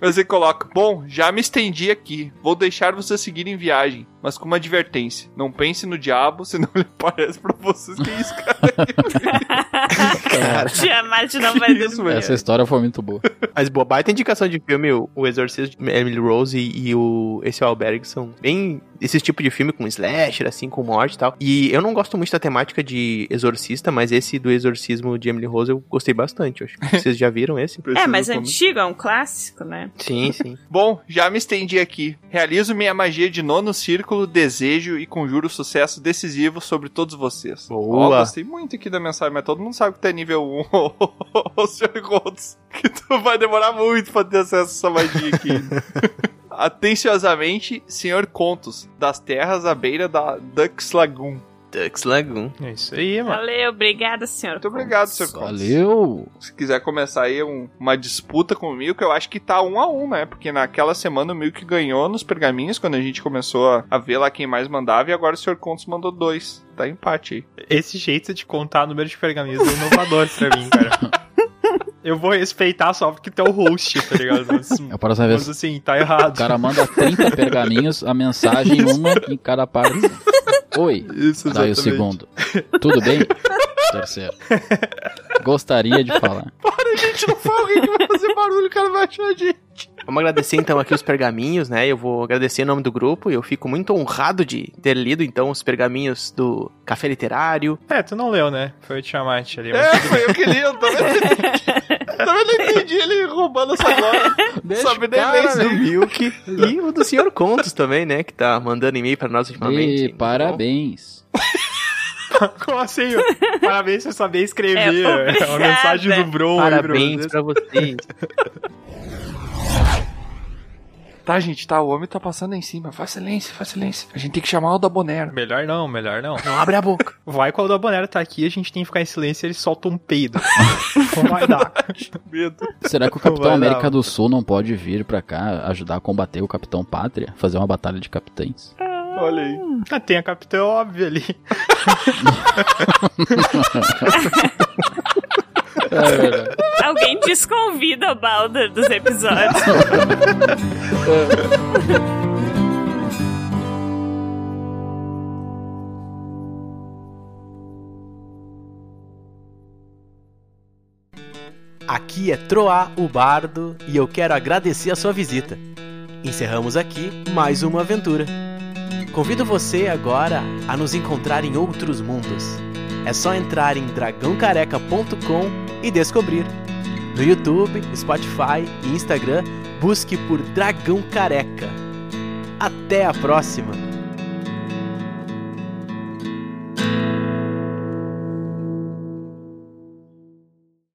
Speaker 4: Mas ele coloca: Bom, já me estendi aqui. Vou deixar vocês seguirem em viagem, mas com uma advertência. Não pense no diabo, senão ele parece pra vocês que é isso, cara.
Speaker 5: Tiamat não vai
Speaker 4: isso,
Speaker 5: dormir.
Speaker 4: velho.
Speaker 6: Essa história foi muito boa.
Speaker 2: Mas boa, baita indicação de filme, o, o Exorcismo de Emily Rose e, e o esse Alberg são bem esse tipo de filme com slasher, assim, com morte e tal. E eu não gosto muito da temática de exorcista, mas esse do exorcismo de Emily Rose eu gostei bastante, eu acho. Vocês já viram esse?
Speaker 5: É, mas
Speaker 4: Preciso
Speaker 5: antigo, é um clássico, né?
Speaker 2: Sim, sim.
Speaker 4: Bom, já me estendi aqui. Realizo minha magia de nono círculo, desejo e conjuro sucesso decisivo sobre todos vocês.
Speaker 2: Boa.
Speaker 4: Ó, gostei muito aqui da mensagem, mas todo mundo sabe que tu é nível 1, ô Sr. Golds, que tu vai demorar muito pra ter acesso a essa magia aqui. Atenciosamente, Sr. Contos, das terras à beira da Dux Lagoon.
Speaker 2: Dux Lagoon.
Speaker 3: É isso aí, mano.
Speaker 5: Valeu, obrigada, senhor.
Speaker 4: Muito obrigado, Sr. Contos.
Speaker 6: Valeu!
Speaker 4: Se quiser começar aí um- uma disputa comigo, que eu acho que tá um a um, né? Porque naquela semana o Milk ganhou nos pergaminhos, quando a gente começou a, a ver lá quem mais mandava, e agora o Sr. Contos mandou dois. Tá empate aí.
Speaker 3: Esse jeito de contar número de pergaminhos é inovador pra mim, cara. Eu vou respeitar só porque tu é o host, tá ligado? Mas,
Speaker 6: É a próxima vez.
Speaker 3: mas assim, tá errado.
Speaker 6: O cara manda 30 pergaminhos, a mensagem uma em cada parte. Oi.
Speaker 3: Isso,
Speaker 6: Daí o
Speaker 3: exatamente.
Speaker 6: segundo. Tudo bem? Terceiro. Gostaria de falar.
Speaker 2: Vamos agradecer então aqui os pergaminhos, né? Eu vou agradecer em nome do grupo. Eu fico muito honrado de ter lido então os pergaminhos do Café Literário.
Speaker 3: É, tu não leu, né? Foi o Tiamat ali. mas-
Speaker 4: É, foi eu que li, eu também não entendi. Também não entendi ele roubando essa glória. Sobe nem
Speaker 2: Parabéns
Speaker 4: leis
Speaker 2: do Milk e o do Senhor Contos também, né? Que tá mandando e-mail pra nós ultimamente.
Speaker 6: E
Speaker 2: Muito bom.
Speaker 6: parabéns.
Speaker 3: Como assim? Parabéns por saber escrever.
Speaker 5: É,
Speaker 3: É, uma
Speaker 5: obrigada.
Speaker 3: mensagem do Bro. aí pra
Speaker 2: Parabéns
Speaker 3: vocês.
Speaker 2: pra vocês.
Speaker 1: Tá, gente, tá. O homem tá passando aí em cima. Faz silêncio, faz silêncio. A gente tem que chamar o da Bonera.
Speaker 3: Melhor não, melhor não.
Speaker 2: Não abre a boca.
Speaker 3: Vai quando a Bonera tá aqui, a gente tem que ficar em silêncio e ele solta um peido. Não vai dar.
Speaker 6: Será que o Capitão
Speaker 3: Vai lá,
Speaker 6: América do Sul não pode vir pra cá ajudar a combater o Capitão Pátria? Fazer uma batalha de capitães?
Speaker 4: Olha aí.
Speaker 3: Ah, Tem a capitã óbvia ali.
Speaker 6: É verdade.
Speaker 5: Alguém desconvida o Balder dos episódios.
Speaker 11: Aqui é Troá, o Bardo, e eu quero agradecer a sua visita. Encerramos aqui mais uma aventura. Convido você agora a nos encontrar em outros mundos. É só entrar em dragãocareca.com e descobrir. No YouTube, Spotify e Instagram, busque por Dragão Careca. Até a próxima!